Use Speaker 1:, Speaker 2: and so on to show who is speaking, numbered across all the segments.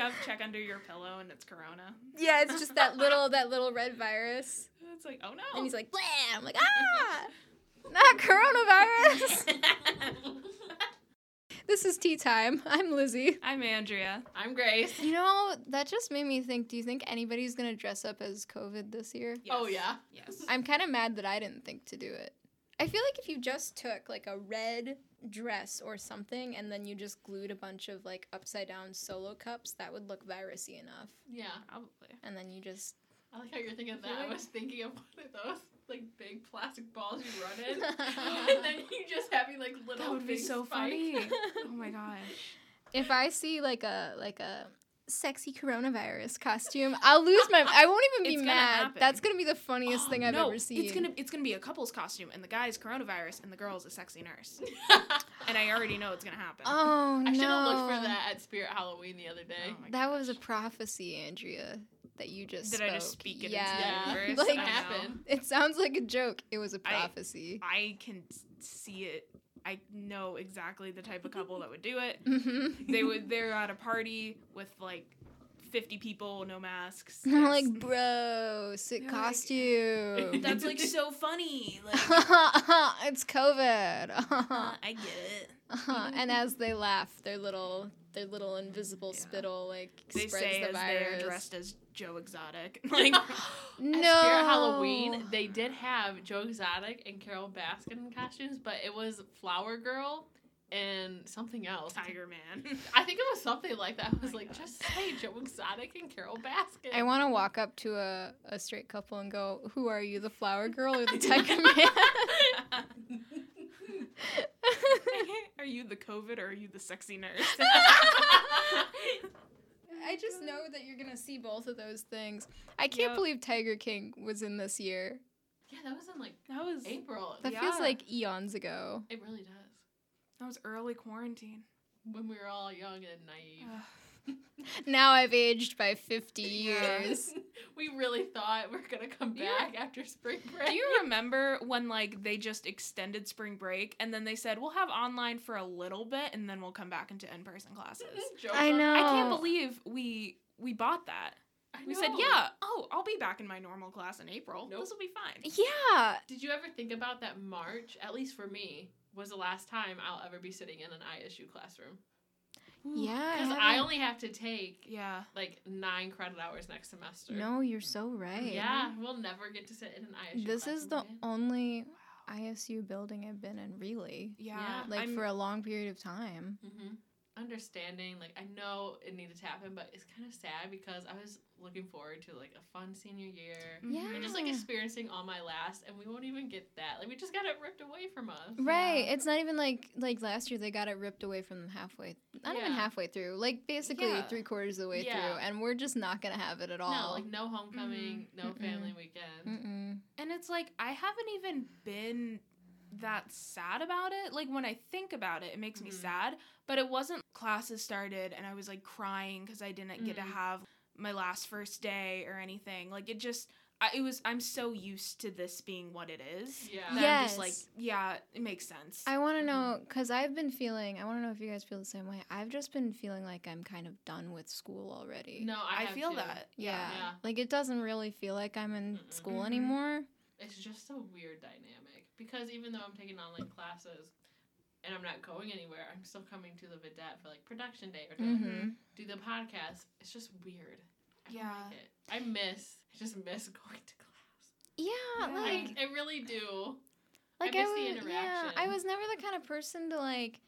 Speaker 1: up, check under your pillow, and it's corona.
Speaker 2: Yeah, it's just that little that little red virus.
Speaker 1: It's like, oh no.
Speaker 2: And he's like, blah. I'm like, ah, not coronavirus. this is tea time. I'm Lizzie.
Speaker 1: I'm Andrea.
Speaker 3: I'm Grace.
Speaker 2: You know, that just made me think do you think anybody's going to dress up as COVID this year?
Speaker 3: Oh, yeah.
Speaker 1: Yes.
Speaker 2: I'm kind of mad that I didn't think to do it. I feel like if you just took like a red dress or something and then you just glued a bunch of like upside down solo cups, that would look virusy enough.
Speaker 3: Yeah.
Speaker 1: Probably.
Speaker 2: And then you just
Speaker 3: I like how you're thinking of
Speaker 1: I
Speaker 3: that.
Speaker 1: feel
Speaker 3: I
Speaker 1: like-
Speaker 3: was thinking of one of those like big plastic balls you run in, and then you just having like little.
Speaker 1: That would be
Speaker 3: big
Speaker 1: so
Speaker 3: spikes.
Speaker 1: funny. oh my gosh.
Speaker 2: If I see like a like a sexy coronavirus costume, I'll lose my. I won't even be
Speaker 1: It's gonna
Speaker 2: mad.
Speaker 1: happen.
Speaker 2: That's gonna be the funniest thing I've
Speaker 1: no,
Speaker 2: ever seen.
Speaker 1: It's gonna it's gonna be a couple's costume and the guy's coronavirus and the girl's a sexy nurse. and I already know it's gonna happen.
Speaker 2: Oh no!
Speaker 3: I should have looked for that at Spirit Halloween the other day.
Speaker 1: Oh my
Speaker 2: That was a
Speaker 1: gosh.
Speaker 2: prophecy, Andrea, that you just.
Speaker 1: Did I just
Speaker 2: spoke.
Speaker 1: speak it into
Speaker 2: Yeah,
Speaker 1: the universe?
Speaker 2: like
Speaker 3: It
Speaker 1: I know.
Speaker 3: happened.
Speaker 2: it sounds like a joke. It was a
Speaker 1: I-
Speaker 2: prophecy.
Speaker 1: I can s- see it. I know exactly the type of couple that would do it.
Speaker 2: mm-hmm.
Speaker 1: They would they're at a party with like fifty people, no masks.
Speaker 2: I'm
Speaker 1: yes.
Speaker 2: like, bro, sick
Speaker 1: They're like-
Speaker 2: costume.
Speaker 1: That's like so funny. Like uh,
Speaker 2: it's COVID.
Speaker 1: I get it.
Speaker 2: Uh-huh. and as they laugh, their little their little invisible
Speaker 1: Yeah.
Speaker 2: spittle like
Speaker 1: They
Speaker 2: spreads
Speaker 1: say
Speaker 2: the
Speaker 1: as they're
Speaker 2: virus.
Speaker 1: dressed as Joe Exotic. Like
Speaker 2: no,
Speaker 3: At Spirit Halloween, they did have Joe Exotic and Carol Baskin in costumes, but it was Flower Girl and something else.
Speaker 1: Tiger Man.
Speaker 3: I think it was something like that. I was
Speaker 1: my
Speaker 3: like,
Speaker 1: God.
Speaker 3: just say Joe Exotic and Carol Baskin.
Speaker 2: I want to walk up to a, a straight couple and go, "Who are you, the flower girl or the tiger man?"
Speaker 1: are you the COVID or are you the sexy nurse?
Speaker 2: I just know that you're gonna see both of those things. I can't
Speaker 1: Yep.
Speaker 2: believe Tiger King was in this year.
Speaker 3: yeah, that was in like
Speaker 1: that was
Speaker 3: April.
Speaker 2: That
Speaker 1: Yeah.
Speaker 2: feels like eons ago.
Speaker 3: It really does.
Speaker 1: that was early quarantine.
Speaker 3: When we were all young and naive.
Speaker 1: Ugh.
Speaker 2: Now I've aged by 50
Speaker 1: Yeah.
Speaker 2: years.
Speaker 3: we really thought we are gonna come
Speaker 1: Yeah.
Speaker 3: back after spring break.
Speaker 1: Do you remember when like they just extended spring break and then they said we'll have online for a little bit and then we'll come back into in-person classes?
Speaker 3: Joke
Speaker 2: I
Speaker 3: on-
Speaker 2: know.
Speaker 1: I can't
Speaker 2: Oh.
Speaker 1: believe we we bought that.
Speaker 3: I
Speaker 1: We said,
Speaker 3: know.
Speaker 1: "Yeah, oh, I'll be back in my normal class in April.
Speaker 3: Nope.
Speaker 1: This will be fine."
Speaker 2: Yeah,
Speaker 3: Did you ever think about that? March, at least for me, was the last time I'll ever be sitting in an ISU classroom
Speaker 2: yeah.
Speaker 3: because
Speaker 2: haven't-
Speaker 3: I only have to take
Speaker 1: Yeah.
Speaker 3: like nine credit hours next semester.
Speaker 2: No, you're so right.
Speaker 3: Yeah, we'll never get to sit in an ISU.
Speaker 2: This is the
Speaker 3: classroom again.
Speaker 2: only ISU building I've been in, really.
Speaker 1: Yeah.
Speaker 3: Yeah.
Speaker 2: Like
Speaker 1: I'm-
Speaker 2: for a long period of time.
Speaker 3: Mhm. Understanding, like I know it needed to happen, but it's kind of sad because I was looking forward to like a fun senior year.
Speaker 1: Mhm.
Speaker 2: Yeah.
Speaker 3: and just like experiencing all my last and we won't even get that like we just got it ripped away from us
Speaker 2: Right. It's not even like like last year they got it ripped away from them halfway not even
Speaker 3: Yeah.
Speaker 2: halfway through. Like basically
Speaker 1: Yeah.
Speaker 2: three quarters of the way
Speaker 3: Yeah.
Speaker 2: through. And we're just not gonna have it at all.
Speaker 3: no like no homecoming no
Speaker 2: Mm-mm.
Speaker 3: family weekend
Speaker 2: Mm-mm.
Speaker 1: And it's like I haven't even been that sad about it. Like when I think about it, it makes me
Speaker 3: Mhm.
Speaker 1: sad. But it wasn't classes started and I was like crying because I didn't get to
Speaker 3: Mhm.
Speaker 1: have my last first day or anything. Like it just, I, it was. I'm so used to this being what it is.
Speaker 3: Yeah.
Speaker 1: That I'm just like,
Speaker 2: Yes.
Speaker 1: yeah, it makes sense.
Speaker 2: I wanna
Speaker 3: Mhm.
Speaker 2: know because I've been feeling I wanna know if you guys feel the same way. I've just been feeling like I'm kind of done with school already.
Speaker 3: no i,
Speaker 1: I
Speaker 3: have
Speaker 1: feel
Speaker 3: to.
Speaker 1: that.
Speaker 2: Yeah.
Speaker 3: Yeah.
Speaker 2: Like it doesn't really feel like I'm in
Speaker 3: Mm-mm. Mm-hmm.
Speaker 2: school
Speaker 1: Mhm.
Speaker 2: anymore.
Speaker 3: it's just a weird dynamic because even though i'm taking online classes and i'm not going anywhere i'm still coming to the vidette for like production day or to like,
Speaker 2: Mhm.
Speaker 3: do the podcast it's just weird I don't
Speaker 1: Yeah.
Speaker 3: like it. i miss i just miss going to class
Speaker 2: Yeah,
Speaker 1: Yeah.
Speaker 2: like
Speaker 3: i, I really do
Speaker 2: like I,
Speaker 3: miss the
Speaker 2: was, yeah, I
Speaker 3: interaction.
Speaker 2: was never the kind of person to like,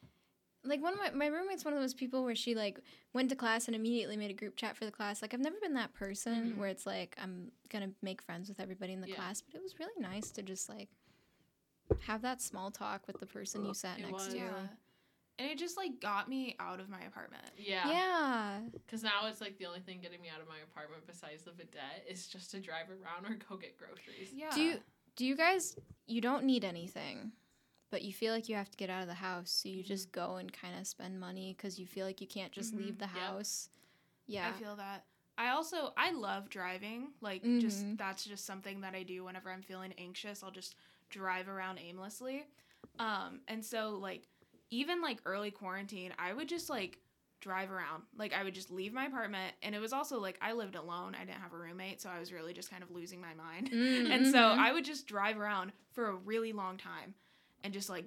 Speaker 2: like one of my my roommate's one of those people where she like went to class and immediately made a group chat for the class. Like I've never been that person
Speaker 3: Mhm.
Speaker 2: where it's like I'm gonna make friends with everybody in the
Speaker 3: Yeah.
Speaker 2: class. But it was really nice to just like have that small talk with the person you sat
Speaker 3: It
Speaker 2: next
Speaker 3: was.
Speaker 2: to.
Speaker 1: yeah. And it just like got me out of my apartment.
Speaker 3: yeah
Speaker 2: Yeah.
Speaker 3: Because now it's like the only thing getting me out of my apartment besides the vidette is just to drive around or go get groceries.
Speaker 1: Yeah.
Speaker 2: Do you, do you guys? You don't need anything. But you feel like you have to get out of the house, so you just go and kind of spend money because you feel like you can't just
Speaker 1: Mhm.
Speaker 2: leave the
Speaker 3: Mm-hmm. Yep.
Speaker 2: house.
Speaker 1: I
Speaker 2: Yeah.
Speaker 1: feel that. I also I love driving. Like
Speaker 2: Mhm.
Speaker 1: just that's just something that I do whenever I'm feeling anxious. I'll just drive around aimlessly. Um and so like even like early quarantine, I would just like drive around. Like I would just leave my apartment and it was also like I lived alone. I didn't have a roommate, so I was really just kind of losing my mind. And so
Speaker 2: Mhm.
Speaker 1: I would just drive around for a really long time and just like,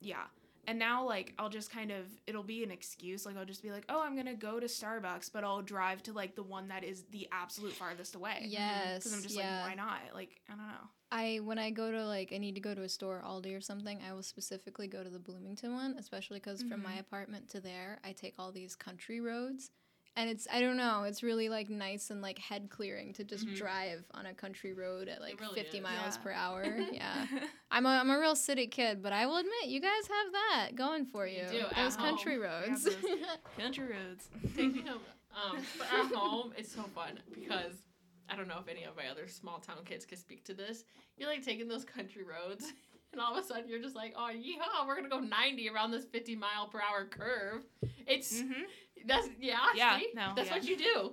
Speaker 1: yeah. And now, like, I'll just kind of, it'll be an excuse. Like, I'll just be like, oh, I'm going to go to Starbucks, but I'll drive to like the one that is the absolute farthest away.
Speaker 2: yes,
Speaker 1: Because I'm just
Speaker 2: yeah.
Speaker 1: like, why not? Like, I don't know.
Speaker 2: I when I go to like I need to go to a store, Aldi or something, I will specifically go to the Bloomington one, especially because from my apartment to there, I take all these country roads, and it's I don't know, it's really like nice and like head clearing to just
Speaker 3: Mhm.
Speaker 2: drive on a country road at like
Speaker 3: really
Speaker 2: 50
Speaker 3: is.
Speaker 2: miles
Speaker 1: Yeah.
Speaker 2: per hour. yeah, I'm a I'm a real city kid, but I will admit you guys have that going for
Speaker 3: You
Speaker 2: you.
Speaker 3: do, at
Speaker 2: Those
Speaker 3: home.
Speaker 2: country
Speaker 1: We have
Speaker 2: roads.
Speaker 1: those. Country roads.
Speaker 3: Take
Speaker 2: Mm-hmm.
Speaker 3: me home. Um, but at home, it's so fun because I don't know if any of my other small town kids could speak to this. You're like taking those country roads, and all of a sudden you're just like, oh, yeehaw, we're gonna go 90 around this 50 mile per hour curve. It's
Speaker 1: hmm
Speaker 3: that's yeah,
Speaker 1: Yeah,
Speaker 3: see?
Speaker 1: no,
Speaker 3: that's
Speaker 1: yeah.
Speaker 3: what you do.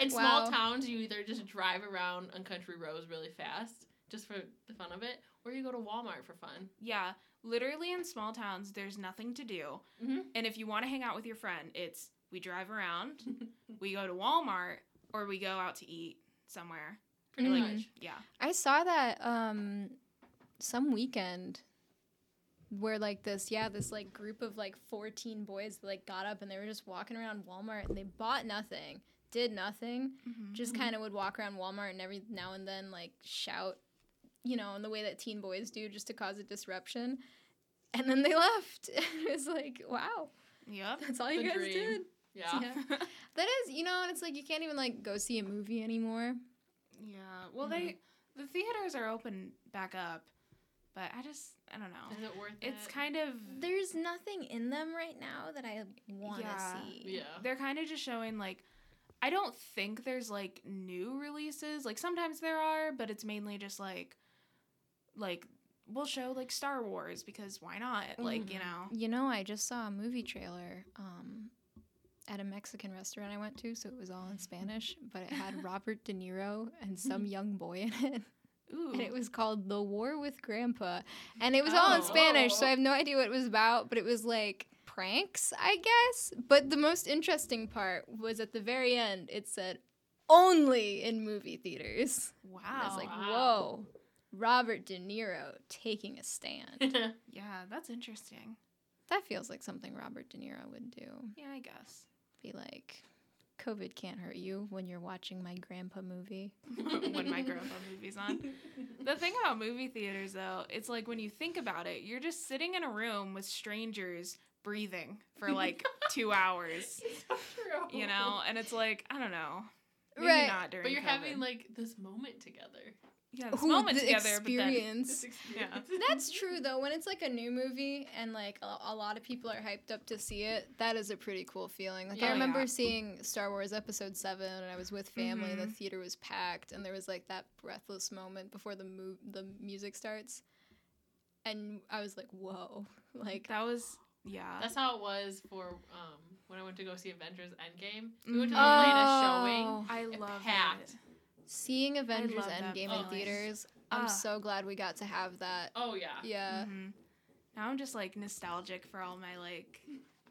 Speaker 3: In
Speaker 2: Wow.
Speaker 3: small towns, you either just drive around on country roads really fast just for the fun of it, or you go to Walmart for fun.
Speaker 1: Yeah. Literally in small towns, there's nothing to do.
Speaker 2: Mm-hmm.
Speaker 3: Mhm.
Speaker 1: And if you want to hang out with your friend, it's we drive around, we go to Walmart, or we go out to eat somewhere.
Speaker 3: Pretty
Speaker 2: Mhm.
Speaker 3: much.
Speaker 1: Yeah.
Speaker 2: I saw that um some weekend where like this yeah this like group of like 14 boys like got up and they were just walking around Walmart and they bought nothing did nothing
Speaker 1: Mm-hmm.
Speaker 2: just kind of would walk around Walmart and every now and then like shout you know in the way that teen boys do just to cause a disruption and then they left it was like wow
Speaker 1: Yep.
Speaker 2: that's all you
Speaker 3: The
Speaker 2: guys
Speaker 3: dream.
Speaker 2: did
Speaker 3: Yeah.
Speaker 2: Yeah. that is you know and it's like you can't even like go see a movie anymore
Speaker 1: yeah. Well, they
Speaker 2: Mm-hmm.
Speaker 1: the theaters are open back up, but I just I don't know.
Speaker 3: Is it worth it?
Speaker 1: It's kind of
Speaker 2: There's nothing in them right now that I want to
Speaker 1: Yeah.
Speaker 2: see.
Speaker 3: yeah.
Speaker 1: they're kind of just showing like I don't think there's like new releases. Like sometimes there are, but it's mainly just like like we'll show like Star Wars because why not? Like, you
Speaker 3: Mhm.
Speaker 1: know.
Speaker 2: You know, I just saw a movie trailer um, at a Mexican restaurant I went to, so it was all in Spanish, but it had Robert De Niro and some young boy in it,
Speaker 1: Ooh.
Speaker 2: and it was called The War with Grandpa, and it was all in Spanish, so I have no idea what it was about, but it was like pranks, I guess. But the most interesting part was at the very end. It said only in movie theaters.
Speaker 1: Oh, wow.
Speaker 2: And I was like,
Speaker 3: Wow.
Speaker 2: whoa, Robert De Niro taking a stand.
Speaker 1: yeah, that's interesting.
Speaker 2: that feels like something Robert De Niro would do.
Speaker 1: Yeah, I guess.
Speaker 2: Be like, COVID can't hurt you when you're watching my grandpa movie.
Speaker 1: when my grandpa movie's on. The thing about movie theaters, though, it's like when you think about it, you're just sitting in a room with strangers breathing for like two hours,
Speaker 3: It's so true.
Speaker 1: you know? And it's like, I don't know. Maybe
Speaker 2: Right.
Speaker 1: not during
Speaker 3: But you're having
Speaker 1: COVID.
Speaker 3: like this moment together.
Speaker 1: yeah, this
Speaker 2: Ooh,
Speaker 1: moment
Speaker 2: the
Speaker 1: together,
Speaker 2: experience.
Speaker 3: experience.
Speaker 2: That's true though. When it's like a new movie and like a, a lot of people are hyped up to see it, that is a pretty cool feeling. Like
Speaker 3: Oh,
Speaker 2: I remember
Speaker 1: yeah.
Speaker 2: seeing Star Wars Episode Seven, and I was with family. and The
Speaker 1: Mhm.
Speaker 2: theater was packed, and there was like that breathless moment before the mo- the music starts, and I was like, "Whoa!"
Speaker 1: but
Speaker 2: Like
Speaker 1: that was, yeah.
Speaker 3: That's how it was for um when I went to go see Avengers Endgame.
Speaker 1: Mhm.
Speaker 3: We went to the Atlanta showing.
Speaker 2: oh,
Speaker 1: I love
Speaker 3: packed.
Speaker 1: it.
Speaker 2: seeing Avengers
Speaker 1: love that
Speaker 2: Endgame
Speaker 3: feeling.
Speaker 2: in theaters. I'm
Speaker 1: Ah.
Speaker 2: so glad we got to have that.
Speaker 3: Oh yeah.
Speaker 2: Yeah.
Speaker 1: Mhm. Now I'm just like nostalgic for all my like.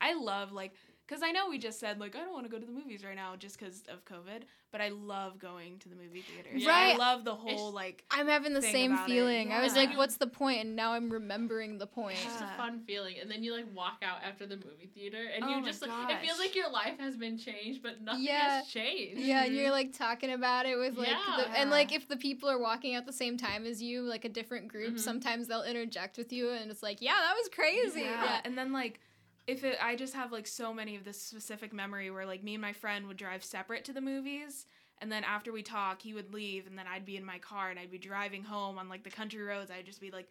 Speaker 1: I love like because I know we just said like I don't want to go to the movies right now just because of COVID, but I love going to the movie theaters.
Speaker 2: Right.
Speaker 1: I love the whole like.
Speaker 2: I'm having the
Speaker 1: Thing
Speaker 2: same
Speaker 1: about it.
Speaker 2: feeling. I was
Speaker 1: Yeah.
Speaker 2: like, "What's the point?" And now I'm remembering the point.
Speaker 3: It's just
Speaker 1: Yeah.
Speaker 3: a fun feeling. And then you like walk out after the movie theater and
Speaker 1: Oh
Speaker 3: you
Speaker 1: my
Speaker 3: just like it feels
Speaker 1: gosh.
Speaker 3: like your life has been changed, but nothing
Speaker 2: Yeah.
Speaker 3: has changed.
Speaker 2: Yeah, and
Speaker 1: Mhm.
Speaker 2: you're like talking about it with like the, and
Speaker 1: Yeah. Mm-hmm.
Speaker 2: like if the people are walking at the same time as you, like a different group,
Speaker 3: Mhm.
Speaker 2: sometimes they'll interject with you and it's like, yeah, that was crazy.
Speaker 1: Yeah.
Speaker 2: Yeah.
Speaker 1: and then like. If it, I just have like so many of this specific memory where like me and my friend would drive separate to the movies, and then after we talk, he would leave, and then I'd be in my car and I'd be driving home on like the country roads. I'd just be like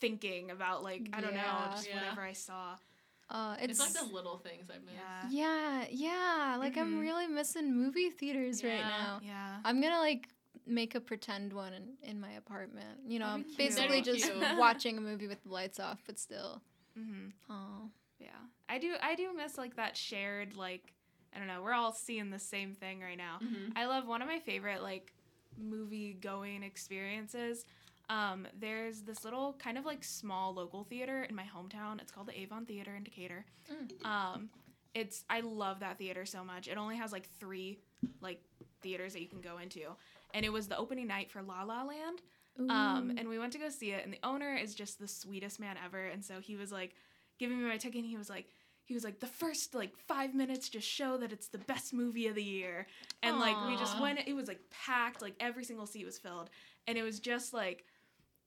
Speaker 1: thinking about like I don't
Speaker 2: Yeah.
Speaker 1: know, just
Speaker 3: Yeah.
Speaker 1: whatever I saw.
Speaker 2: Uh,
Speaker 3: It's,
Speaker 2: it's,
Speaker 3: like the little things I miss.
Speaker 1: Yeah.
Speaker 2: yeah, yeah. Like I'm
Speaker 1: Mhm.
Speaker 2: really missing movie theaters right
Speaker 3: Yeah.
Speaker 2: now.
Speaker 1: Yeah.
Speaker 2: I'm gonna like make a pretend one in, in my apartment. You know,
Speaker 1: That'd
Speaker 2: I'm
Speaker 1: be cute.
Speaker 2: basically
Speaker 3: That'd be
Speaker 2: just
Speaker 1: cute.
Speaker 2: watching a movie with the lights off, but still.
Speaker 1: Mm-hmm.
Speaker 2: Oh,
Speaker 1: Yeah. I do I do miss like that shared like I don't know, we're all seeing the same thing right now.
Speaker 3: Mhm.
Speaker 1: I love one of my favorite like movie going experiences. Um, there's this little kind of like small local theater in my hometown. It's called the Avon Theater in Decatur.
Speaker 2: Mm.
Speaker 1: Um, it's I love that theater so much. It only has like three like theaters that you can go into, and it was the opening night for La La Land. Um,
Speaker 2: Ooh.
Speaker 1: and we went to go see it, and the owner is just the sweetest man ever. And so he was like giving me my ticket, and he was like, he was like, the first like five minutes just show that it's the best movie of the year. And like we just
Speaker 3: Aw.
Speaker 1: went, it was like packed, like every single seat was filled, and it was just like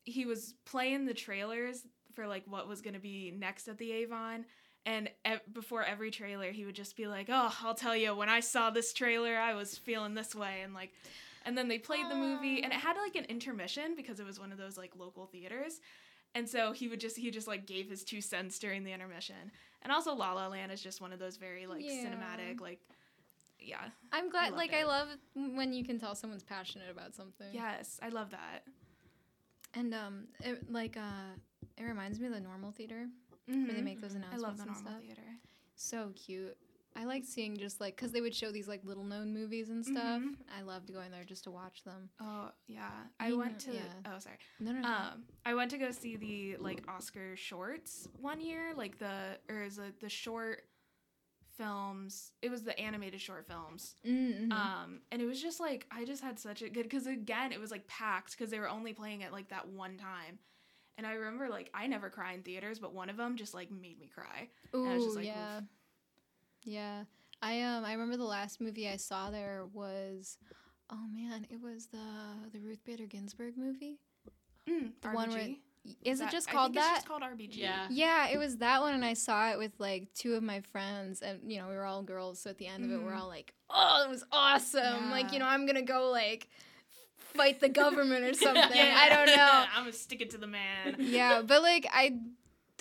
Speaker 1: he was playing the trailers for like what was gonna be next at the Avon. And e- before every trailer, he would just be like, "Oh, I'll tell you, when I saw this trailer, I was feeling this way," and like and then they played the movie, and it had like an intermission because it was one of those like local theaters. And so he would just he just like gave his two cents during the intermission. And also La La Land is just one of those very like
Speaker 2: Yeah.
Speaker 1: cinematic like yeah.
Speaker 2: I'm glad.
Speaker 1: love
Speaker 2: like
Speaker 1: it.
Speaker 2: I love when you can tell someone's passionate about something.
Speaker 1: Yes, I love that.
Speaker 2: And um, it, like uh, it reminds me of the normal theater where they
Speaker 1: Mhm.
Speaker 2: make those
Speaker 1: I
Speaker 2: announcements
Speaker 1: love the
Speaker 2: and
Speaker 1: normal
Speaker 2: stuff.
Speaker 1: theater.
Speaker 2: So cute. I like seeing just like because they would show these like little known movies and stuff.
Speaker 1: Mhm.
Speaker 2: I loved going there just to watch them.
Speaker 1: Oh, yeah. I
Speaker 2: You
Speaker 1: went
Speaker 2: know-
Speaker 1: to
Speaker 2: yeah.
Speaker 1: Oh, sorry.
Speaker 2: No, no, no.
Speaker 1: Um, I went to go see the like Oscar shorts one year, like the or is it the short films? It was the animated short films.
Speaker 2: Mm, mhm.
Speaker 1: Um, and it was just like I just had such a good because again it was like packed because they were only playing it like that one time, and I remember like I never cry in theaters, but one of them just like made me cry.
Speaker 2: Ooh,
Speaker 1: I was just like, oof.
Speaker 2: yeah, yeah. I um, I remember the last movie I saw there was, oh man, it was the the Ruth Bader Ginsburg movie.
Speaker 1: Mm,
Speaker 2: The
Speaker 1: RBG.
Speaker 2: one where- Is
Speaker 1: That-
Speaker 2: it just
Speaker 1: I
Speaker 2: called
Speaker 1: think
Speaker 2: that?
Speaker 1: It's just called RBG.
Speaker 3: Yeah.
Speaker 2: Yeah, it was that one, and I saw it with like two of my friends, and you know we were all girls, so at the end of it, we're
Speaker 3: Mm.
Speaker 1: Mhm.
Speaker 2: all like, "Oh, it was awesome! Like, you
Speaker 1: Yeah.
Speaker 2: know, I'm gonna go like fight the government or something.
Speaker 3: Yeah.
Speaker 2: I don't know."
Speaker 1: I'm gonna stick it to the man.
Speaker 2: Yeah, but like I,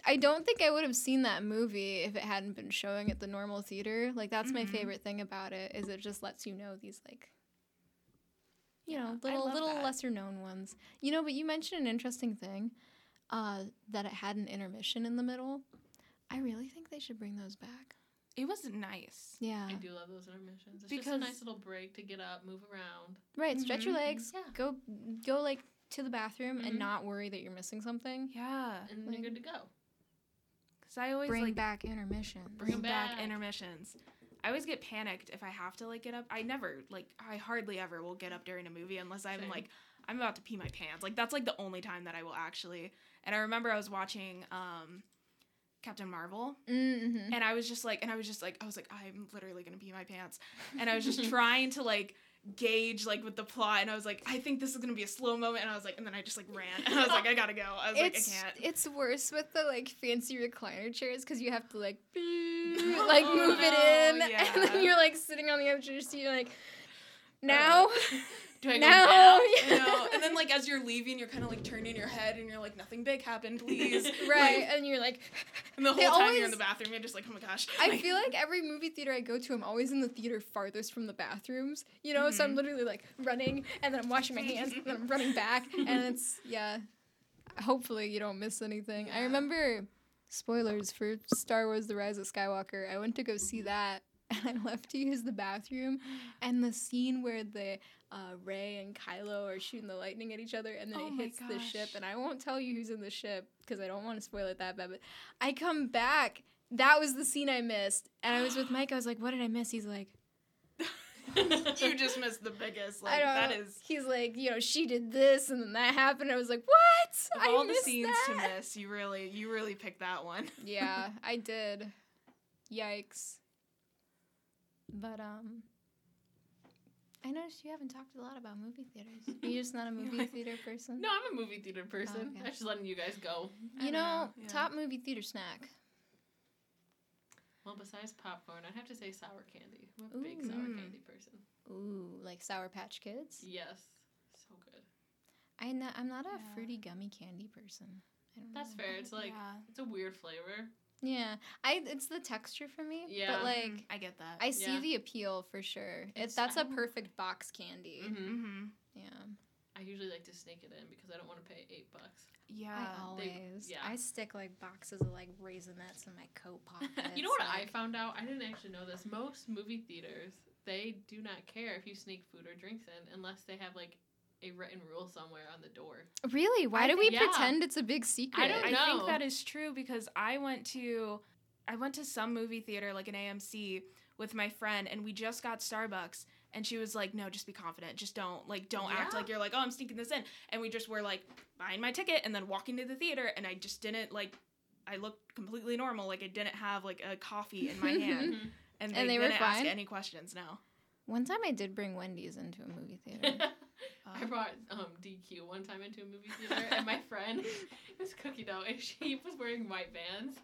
Speaker 2: I don't think I would have seen that movie if it hadn't been showing at the normal theater. Like that's my
Speaker 1: Mhm.
Speaker 2: favorite thing about it is it just lets you know these like. You
Speaker 1: Yeah,
Speaker 2: know,
Speaker 1: I
Speaker 2: little
Speaker 1: love
Speaker 2: little
Speaker 1: that.
Speaker 2: lesser known ones. You know, but you mentioned an interesting thing, uh, that it had an intermission in the middle. I really think they should bring those back.
Speaker 1: It was nice.
Speaker 2: Yeah.
Speaker 3: I do love those intermissions. It's just a
Speaker 1: Uh, Because-
Speaker 3: nice little break to get up, move around. Mm-hmm.
Speaker 2: Right, stretch your
Speaker 1: Mhm.
Speaker 2: legs.
Speaker 3: Yeah.
Speaker 2: Go go like to the bathroom
Speaker 3: Mhm.
Speaker 1: Mm-hmm.
Speaker 2: and not worry that you're missing something.
Speaker 1: Yeah,
Speaker 3: and
Speaker 2: Like-
Speaker 3: you're good to go.
Speaker 1: because I always
Speaker 2: Bring
Speaker 1: like
Speaker 2: back intermission.
Speaker 1: bring
Speaker 3: 'em
Speaker 1: back.
Speaker 3: back.
Speaker 1: intermissions. I always get panicked if I have to like get up. I never like I hardly ever will get up during a movie unless I'm
Speaker 3: Same.
Speaker 1: like I'm about to pee my pants. Like that's like the only time that I will actually. And I remember I was watching um Captain Marvel
Speaker 2: Mm-hmm.
Speaker 1: and I was just like and I was just like I was like I'm literally going to pee my pants. And I was just trying to like gauge like with the plot and I was like I think this is going to be a slow moment and I was like and then I just like ran and I was like I got to go. I was
Speaker 2: It's
Speaker 1: like I can't.
Speaker 2: it's worse with the like fancy recliner chairs because you have to like
Speaker 1: No,
Speaker 2: like move it in, and
Speaker 1: no, Oh, yeah.
Speaker 2: then you're like sitting on the edge of your seat, you're like now.
Speaker 1: Do I go
Speaker 2: No.
Speaker 1: now? No. And then like as you're leaving, you're kind of like turning your head and you're like, nothing big happened, please.
Speaker 2: Right,
Speaker 1: Like,
Speaker 2: and you're like,
Speaker 1: and the whole
Speaker 2: They
Speaker 1: time you're in the
Speaker 2: always-
Speaker 1: bathroom, you're just like, oh my gosh.
Speaker 2: I feel like every movie theater I go to, I'm always in the theater farthest from the bathrooms, you know. So I'm
Speaker 1: Mhm.
Speaker 2: literally like running, and then I'm washing my hands, and then I'm running back, and it's yeah. Hopefully, you don't miss anything. I
Speaker 1: Yeah.
Speaker 2: remember spoilers for Star Wars: The Rise of Skywalker. I went to go see that, and I left to use the bathroom, and the scene where the uh, Ray and Kylo are shooting the lightning at each other, and then
Speaker 1: Oh
Speaker 2: it
Speaker 1: my
Speaker 2: hits the ship.
Speaker 1: gosh.
Speaker 2: And I won't tell you who's in the ship because I don't want to spoil it that bad. But I come back. That was the scene I missed, and I was with Mike. I was like, "What did I miss?" He's like,
Speaker 1: you just missed the biggest. Like
Speaker 2: "I don't."
Speaker 1: that
Speaker 2: know."
Speaker 1: is
Speaker 2: He's like, "You know, she did this, and then that happened." I was like, "What?"
Speaker 1: of
Speaker 2: I
Speaker 1: all the
Speaker 2: missed
Speaker 1: scenes
Speaker 2: that."
Speaker 1: to miss, you really you really picked that one.
Speaker 2: yeah, I did. Yikes. But um I noticed you haven't talked a lot about movie theaters. You're just not a movie theater person.
Speaker 3: No, I'm a movie theater person.
Speaker 2: okay.
Speaker 3: I'm just letting you guys go.
Speaker 1: I
Speaker 2: You
Speaker 1: don't
Speaker 2: know,
Speaker 1: know, yeah.
Speaker 2: top movie theater snack.
Speaker 3: Well, besides popcorn, I'd have to say sour candy. I'm a big sour
Speaker 1: Ooh.
Speaker 3: candy person.
Speaker 2: Ooh, like Sour Patch Kids.
Speaker 3: Yes, so good.
Speaker 2: I not, I'm not a
Speaker 1: Yeah.
Speaker 2: fruity gummy candy person. I don't
Speaker 3: That's
Speaker 2: know.
Speaker 3: fair. It's like
Speaker 1: yeah.
Speaker 3: it's a weird flavor.
Speaker 2: Yeah, I it's the texture for me.
Speaker 3: Yeah.
Speaker 2: but like
Speaker 1: mm-hmm. I get that.
Speaker 2: I see
Speaker 3: Yeah.
Speaker 2: the appeal for sure. It,
Speaker 3: It's-
Speaker 2: that's
Speaker 3: I
Speaker 2: a
Speaker 3: don't-
Speaker 2: perfect box candy.
Speaker 3: hmm
Speaker 1: mm-hmm.
Speaker 2: Yeah,
Speaker 3: I usually like to sneak it in because I don't want to pay eight bucks.
Speaker 1: Yeah.
Speaker 2: I always
Speaker 3: yeah.
Speaker 2: I stick like boxes of like raisinets in my coat pocket.
Speaker 3: you know what I found out? I didn't actually know this. Most movie theaters they do not care if you sneak food or drinks in unless they have like a written rule somewhere on the door.
Speaker 2: Really? Why
Speaker 1: I
Speaker 2: do we
Speaker 3: think- yeah.
Speaker 2: pretend it's a big secret?
Speaker 3: I don't
Speaker 1: I
Speaker 3: know.
Speaker 1: think that is true because I went to I went to some movie theater like an AMC with my friend and we just got Starbucks and she was like, "No, just be confident. Just don't like don't act
Speaker 3: Yeah.
Speaker 1: like you're like, "Oh, I'm sneaking this in." And we just were like buying my ticket and then walking to the theater and I just didn't like I looked completely normal, like I didn't have like a coffee in my hand,
Speaker 3: Mhm.
Speaker 1: and they,
Speaker 2: And they were
Speaker 1: didn't ask
Speaker 2: fine?
Speaker 1: any questions. No,
Speaker 2: One time I did bring Wendy's into a movie theater.
Speaker 1: Uh-huh.
Speaker 3: I brought um, DQ one time into a movie theater, and my friend it was cookie dough, and she was wearing white Vans.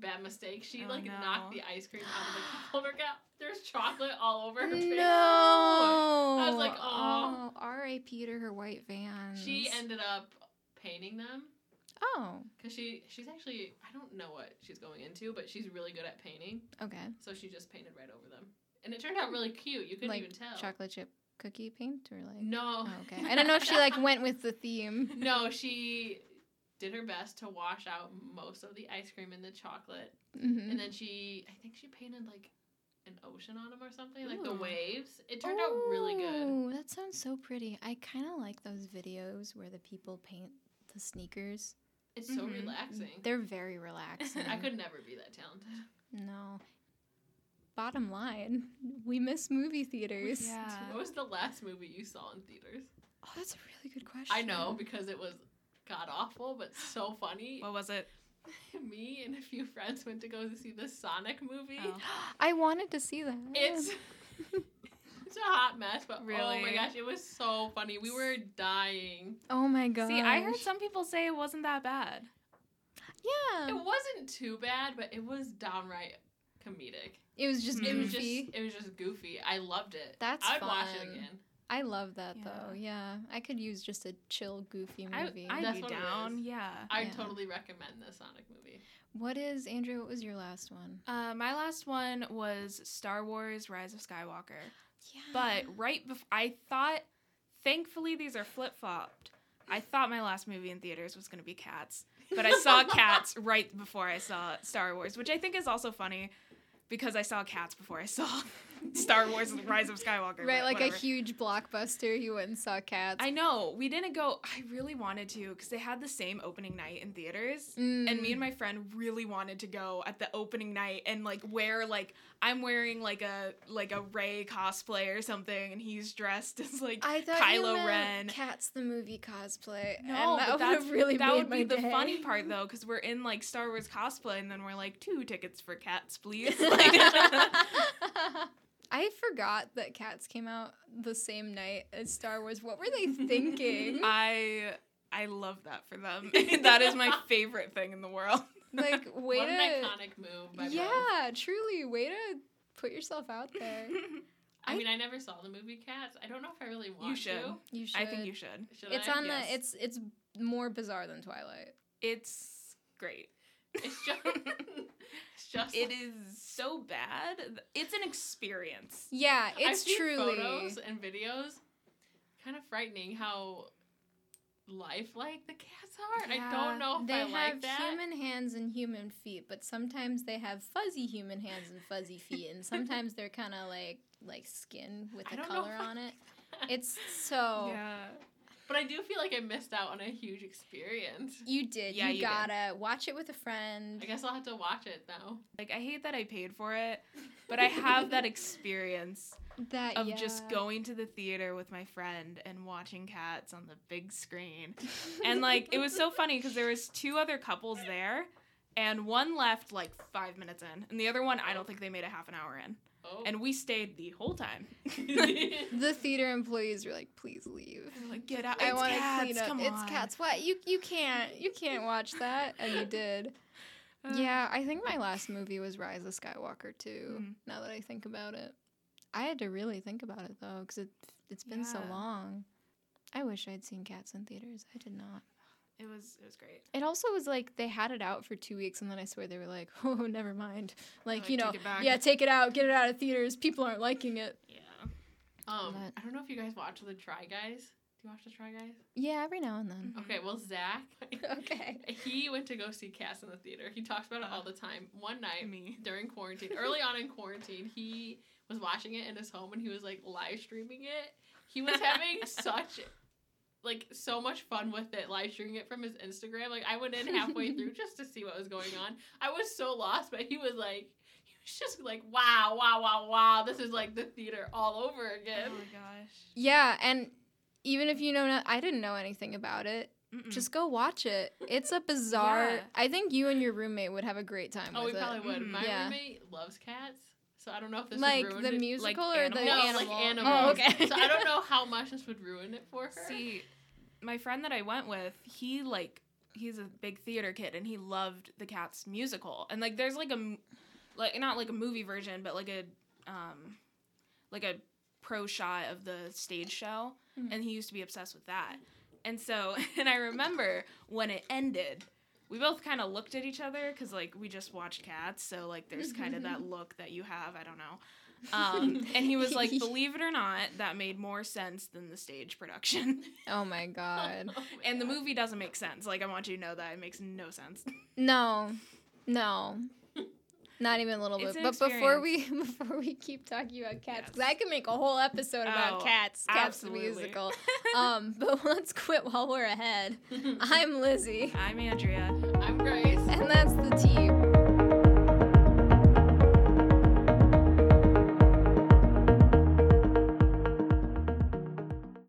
Speaker 3: Bad mistake. She
Speaker 1: Oh,
Speaker 3: like
Speaker 1: no.
Speaker 3: knocked the ice cream out of the cup holder cap. There's chocolate all over her face.
Speaker 2: no. I
Speaker 3: was like,
Speaker 2: Oh,
Speaker 3: aw.
Speaker 2: R.A.P. to her white vans.
Speaker 1: Mm.
Speaker 3: She ended up painting them
Speaker 2: Oh,
Speaker 3: because she she's actually I don't know what she's going into, but she's really good at painting.
Speaker 2: okay.
Speaker 3: So she just painted right over them, and it turned out really cute. You couldn't
Speaker 2: Like
Speaker 3: even tell.
Speaker 2: Chocolate chip cookie paint or like.
Speaker 3: No.
Speaker 2: Oh, okay. I don't know if she like went with the theme.
Speaker 3: no, she did her best to wash out most of the ice cream and the chocolate.
Speaker 2: hmm
Speaker 3: And then she, I think she painted like an ocean on them or something, like the
Speaker 1: Ooh.
Speaker 3: waves. It turned out really good.
Speaker 2: Ooh, Oh, That sounds so pretty. I kind of like those videos where the people paint the sneakers.
Speaker 3: It's so
Speaker 1: Mhm.
Speaker 2: Mm-hmm.
Speaker 3: relaxing.
Speaker 2: They're very relaxing.
Speaker 3: I could never be that talented.
Speaker 2: No. Bottom line, we miss movie theaters.
Speaker 1: Yeah.
Speaker 3: what was the last movie you saw in theaters?
Speaker 2: Oh, that's a really good question.
Speaker 3: I know because it was god awful, but so funny.
Speaker 1: what was it?
Speaker 3: Me and a few friends went to go to see the Sonic movie.
Speaker 1: Oh.
Speaker 2: I wanted to see that.
Speaker 3: It's it's a hot mess, but oh my
Speaker 1: Really?
Speaker 3: gosh, it was so funny. We were dying.
Speaker 2: Oh my god.
Speaker 1: See, I heard some people say it wasn't that bad.
Speaker 3: It
Speaker 2: Yeah.
Speaker 3: wasn't too bad, but it was downright comedic.
Speaker 2: It was just
Speaker 3: Mm-hmm. It
Speaker 2: goofy.
Speaker 3: was just it was just goofy. I loved it.
Speaker 2: That's
Speaker 3: I'd watch it
Speaker 2: fun.
Speaker 3: again.
Speaker 2: I love that
Speaker 1: Yeah.
Speaker 2: though. Yeah. I could use just a chill goofy
Speaker 1: I,
Speaker 2: movie.
Speaker 1: I'd
Speaker 3: That's
Speaker 1: be
Speaker 3: what it
Speaker 1: down.
Speaker 3: is.
Speaker 1: Yeah.
Speaker 3: I
Speaker 2: Yeah.
Speaker 3: totally recommend the Sonic movie.
Speaker 2: what is Andrew, what was your last one?
Speaker 1: Uh, my last one was Star Wars: Rise of Skywalker.
Speaker 2: Yeah.
Speaker 1: But right before, I thought, thankfully, these are flip flopped. I thought my last movie in theaters was going to be Cats, but I saw Cats right before I saw Star Wars, which I think is also funny because I saw Cats before I saw Star Wars: Rise of Skywalker.
Speaker 2: Right,
Speaker 1: but
Speaker 2: like
Speaker 1: whatever.
Speaker 2: a huge blockbuster, you went and saw cats.
Speaker 1: I know we didn't go. I really wanted to because they had the same opening night in theaters.
Speaker 2: Mm.
Speaker 1: And me and my friend really wanted to go at the opening night and like wear like I'm wearing like a like a Ray cosplay or something, and he's dressed as like
Speaker 2: I thought you
Speaker 1: Kylo
Speaker 2: meant
Speaker 1: Ren.
Speaker 2: Cats the movie cosplay.
Speaker 1: no,
Speaker 2: and
Speaker 1: but
Speaker 2: that would
Speaker 1: that's
Speaker 2: have really
Speaker 1: that
Speaker 2: made
Speaker 1: would
Speaker 2: my
Speaker 1: be the
Speaker 2: day.
Speaker 1: funny part though, because we're in like Star Wars cosplay, and then we're like two tickets for cats, please. Like-
Speaker 2: I forgot that Cats came out the same night as Star Wars. What were they thinking?
Speaker 1: I I love that for them. that is my favorite thing in the world.
Speaker 2: like, way
Speaker 3: what an
Speaker 2: to.
Speaker 3: iconic move by
Speaker 2: Yeah,
Speaker 3: both.
Speaker 2: truly, way to put yourself out there.
Speaker 3: I,
Speaker 2: I-
Speaker 3: mean, I never saw the movie Cats. I don't know if I really want
Speaker 1: should.
Speaker 3: to.
Speaker 2: You should.
Speaker 1: I think you should.
Speaker 3: Should
Speaker 2: It's
Speaker 3: I?
Speaker 2: on
Speaker 1: Yes.
Speaker 2: the. It's it's more bizarre than Twilight.
Speaker 1: It's great.
Speaker 3: It's just. it's just.
Speaker 1: It is so bad. It's an experience.
Speaker 2: Yeah,
Speaker 3: I've
Speaker 2: it's
Speaker 3: seen
Speaker 2: truly.
Speaker 3: photos and videos. Kind of frightening how lifelike the cats are. I
Speaker 1: Yeah,
Speaker 3: don't know if
Speaker 2: They
Speaker 3: I
Speaker 2: have
Speaker 3: like that.
Speaker 2: human hands and human feet, but sometimes they have fuzzy human hands and fuzzy feet, and sometimes they're kind of like like skin with
Speaker 3: I
Speaker 2: a
Speaker 3: don't know
Speaker 2: color
Speaker 3: if I
Speaker 2: on it. It's so
Speaker 1: Yeah.
Speaker 3: But I do feel like I missed out on a huge experience.
Speaker 2: you did.
Speaker 1: Yeah,
Speaker 2: you,
Speaker 1: you did.
Speaker 2: gotta watch it with a friend.
Speaker 3: I guess I'll have to watch it now.
Speaker 1: Like I hate that I paid for it, but I have that experience
Speaker 2: That
Speaker 1: of
Speaker 2: yeah.
Speaker 1: just going to the theater with my friend and watching cats on the big screen. And like it was so funny because there was two other couples there and one left like 5 minutes in and the other one I don't think they made a half an hour in.
Speaker 3: Oh.
Speaker 1: And we stayed the whole time.
Speaker 2: The theater employees were like, "Please leave."
Speaker 1: We're like get out.
Speaker 2: I
Speaker 1: it's
Speaker 2: want to
Speaker 1: cats,
Speaker 2: clean up.
Speaker 1: come
Speaker 2: It's
Speaker 1: on."
Speaker 2: cats. What you you can't you can't watch that, and you did.
Speaker 1: Uh,
Speaker 2: Yeah, I think my last movie was Rise of Skywalker too.
Speaker 1: Mhm.
Speaker 2: Now that I think about it, I had to really think about it though, because it it's been so
Speaker 1: Yeah.
Speaker 2: long. I wish I'd seen Cats in theaters. I did not.
Speaker 1: It was it was great.
Speaker 2: It also was like they had it out for two weeks, and then I swear they were like, "Oh, never mind." Like
Speaker 1: Like,
Speaker 2: you know,
Speaker 1: take it back.
Speaker 2: yeah, take it out, get it out of theaters. People aren't liking it.
Speaker 1: Yeah.
Speaker 3: Um,
Speaker 2: But-
Speaker 3: I don't know if you guys watch the Try Guys. Do you watch the Try Guys?
Speaker 2: Yeah, every now and then.
Speaker 3: Okay, well Zach,
Speaker 2: Mm-hmm.
Speaker 3: Mm-hmm.
Speaker 2: okay.
Speaker 3: he went to go see Cass in the theater. He talks about it all
Speaker 2: Uh-huh.
Speaker 3: the time. One night
Speaker 1: Me.
Speaker 3: during quarantine, early on in quarantine, he was watching it in his home and he was like live streaming it. He was having such like so much fun with it, live streaming it from his Instagram. Like I went in halfway through just to see what was going on. I was so lost, but he was like, he was just like, wow, wow, wow, wow. This is like the theater all over
Speaker 1: Oh
Speaker 3: again.
Speaker 1: my gosh.
Speaker 2: Yeah, and even if you know, no- I didn't know anything about it.
Speaker 1: Mm-mm.
Speaker 2: Just go watch it. It's a bizarre.
Speaker 1: Mm. Yeah.
Speaker 2: I think you and your roommate would have a great time.
Speaker 3: Oh, we
Speaker 2: with it. Mm-hmm.
Speaker 3: probably would.
Speaker 1: Mhm.
Speaker 3: My
Speaker 2: Yeah.
Speaker 3: roommate loves cats, so I don't know if this
Speaker 2: like
Speaker 3: would ruin
Speaker 2: the
Speaker 3: it.
Speaker 2: musical or the
Speaker 1: animals?
Speaker 3: no,
Speaker 2: animal.
Speaker 3: like animals.
Speaker 2: Oh, okay.
Speaker 3: so I don't know how much this would ruin it for her.
Speaker 1: See, my friend that I went with, he like he's a big theater kid and he loved the Cats musical. And like there's like a m- like not like a movie version, but like a um like a pro shot of the stage show
Speaker 3: Mm-hmm.
Speaker 2: Mhm.
Speaker 1: and he used to be obsessed with that. And so, and I remember when it ended, we both kind of looked at each other cuz like we just watched Cats, so like there's kind of that look that you have, I don't know. Um, and he was like, "Believe it or not, that made more sense than the stage production."
Speaker 2: Oh my god.
Speaker 3: Oh my
Speaker 1: And the
Speaker 3: God.
Speaker 1: movie doesn't make sense. Like I want you to know that it makes no sense.
Speaker 2: No, no, not even a little
Speaker 1: It's
Speaker 2: bit.
Speaker 1: an
Speaker 2: But before we before we keep talking about cats, because
Speaker 1: Yes.
Speaker 2: I could make a whole episode about
Speaker 1: Oh,
Speaker 2: cats, cats
Speaker 1: absolutely.
Speaker 2: the musical. um, but let's quit while we're ahead. I'm Lizzie,
Speaker 1: I'm Andrea.
Speaker 3: I'm Grace.
Speaker 2: and that's the team.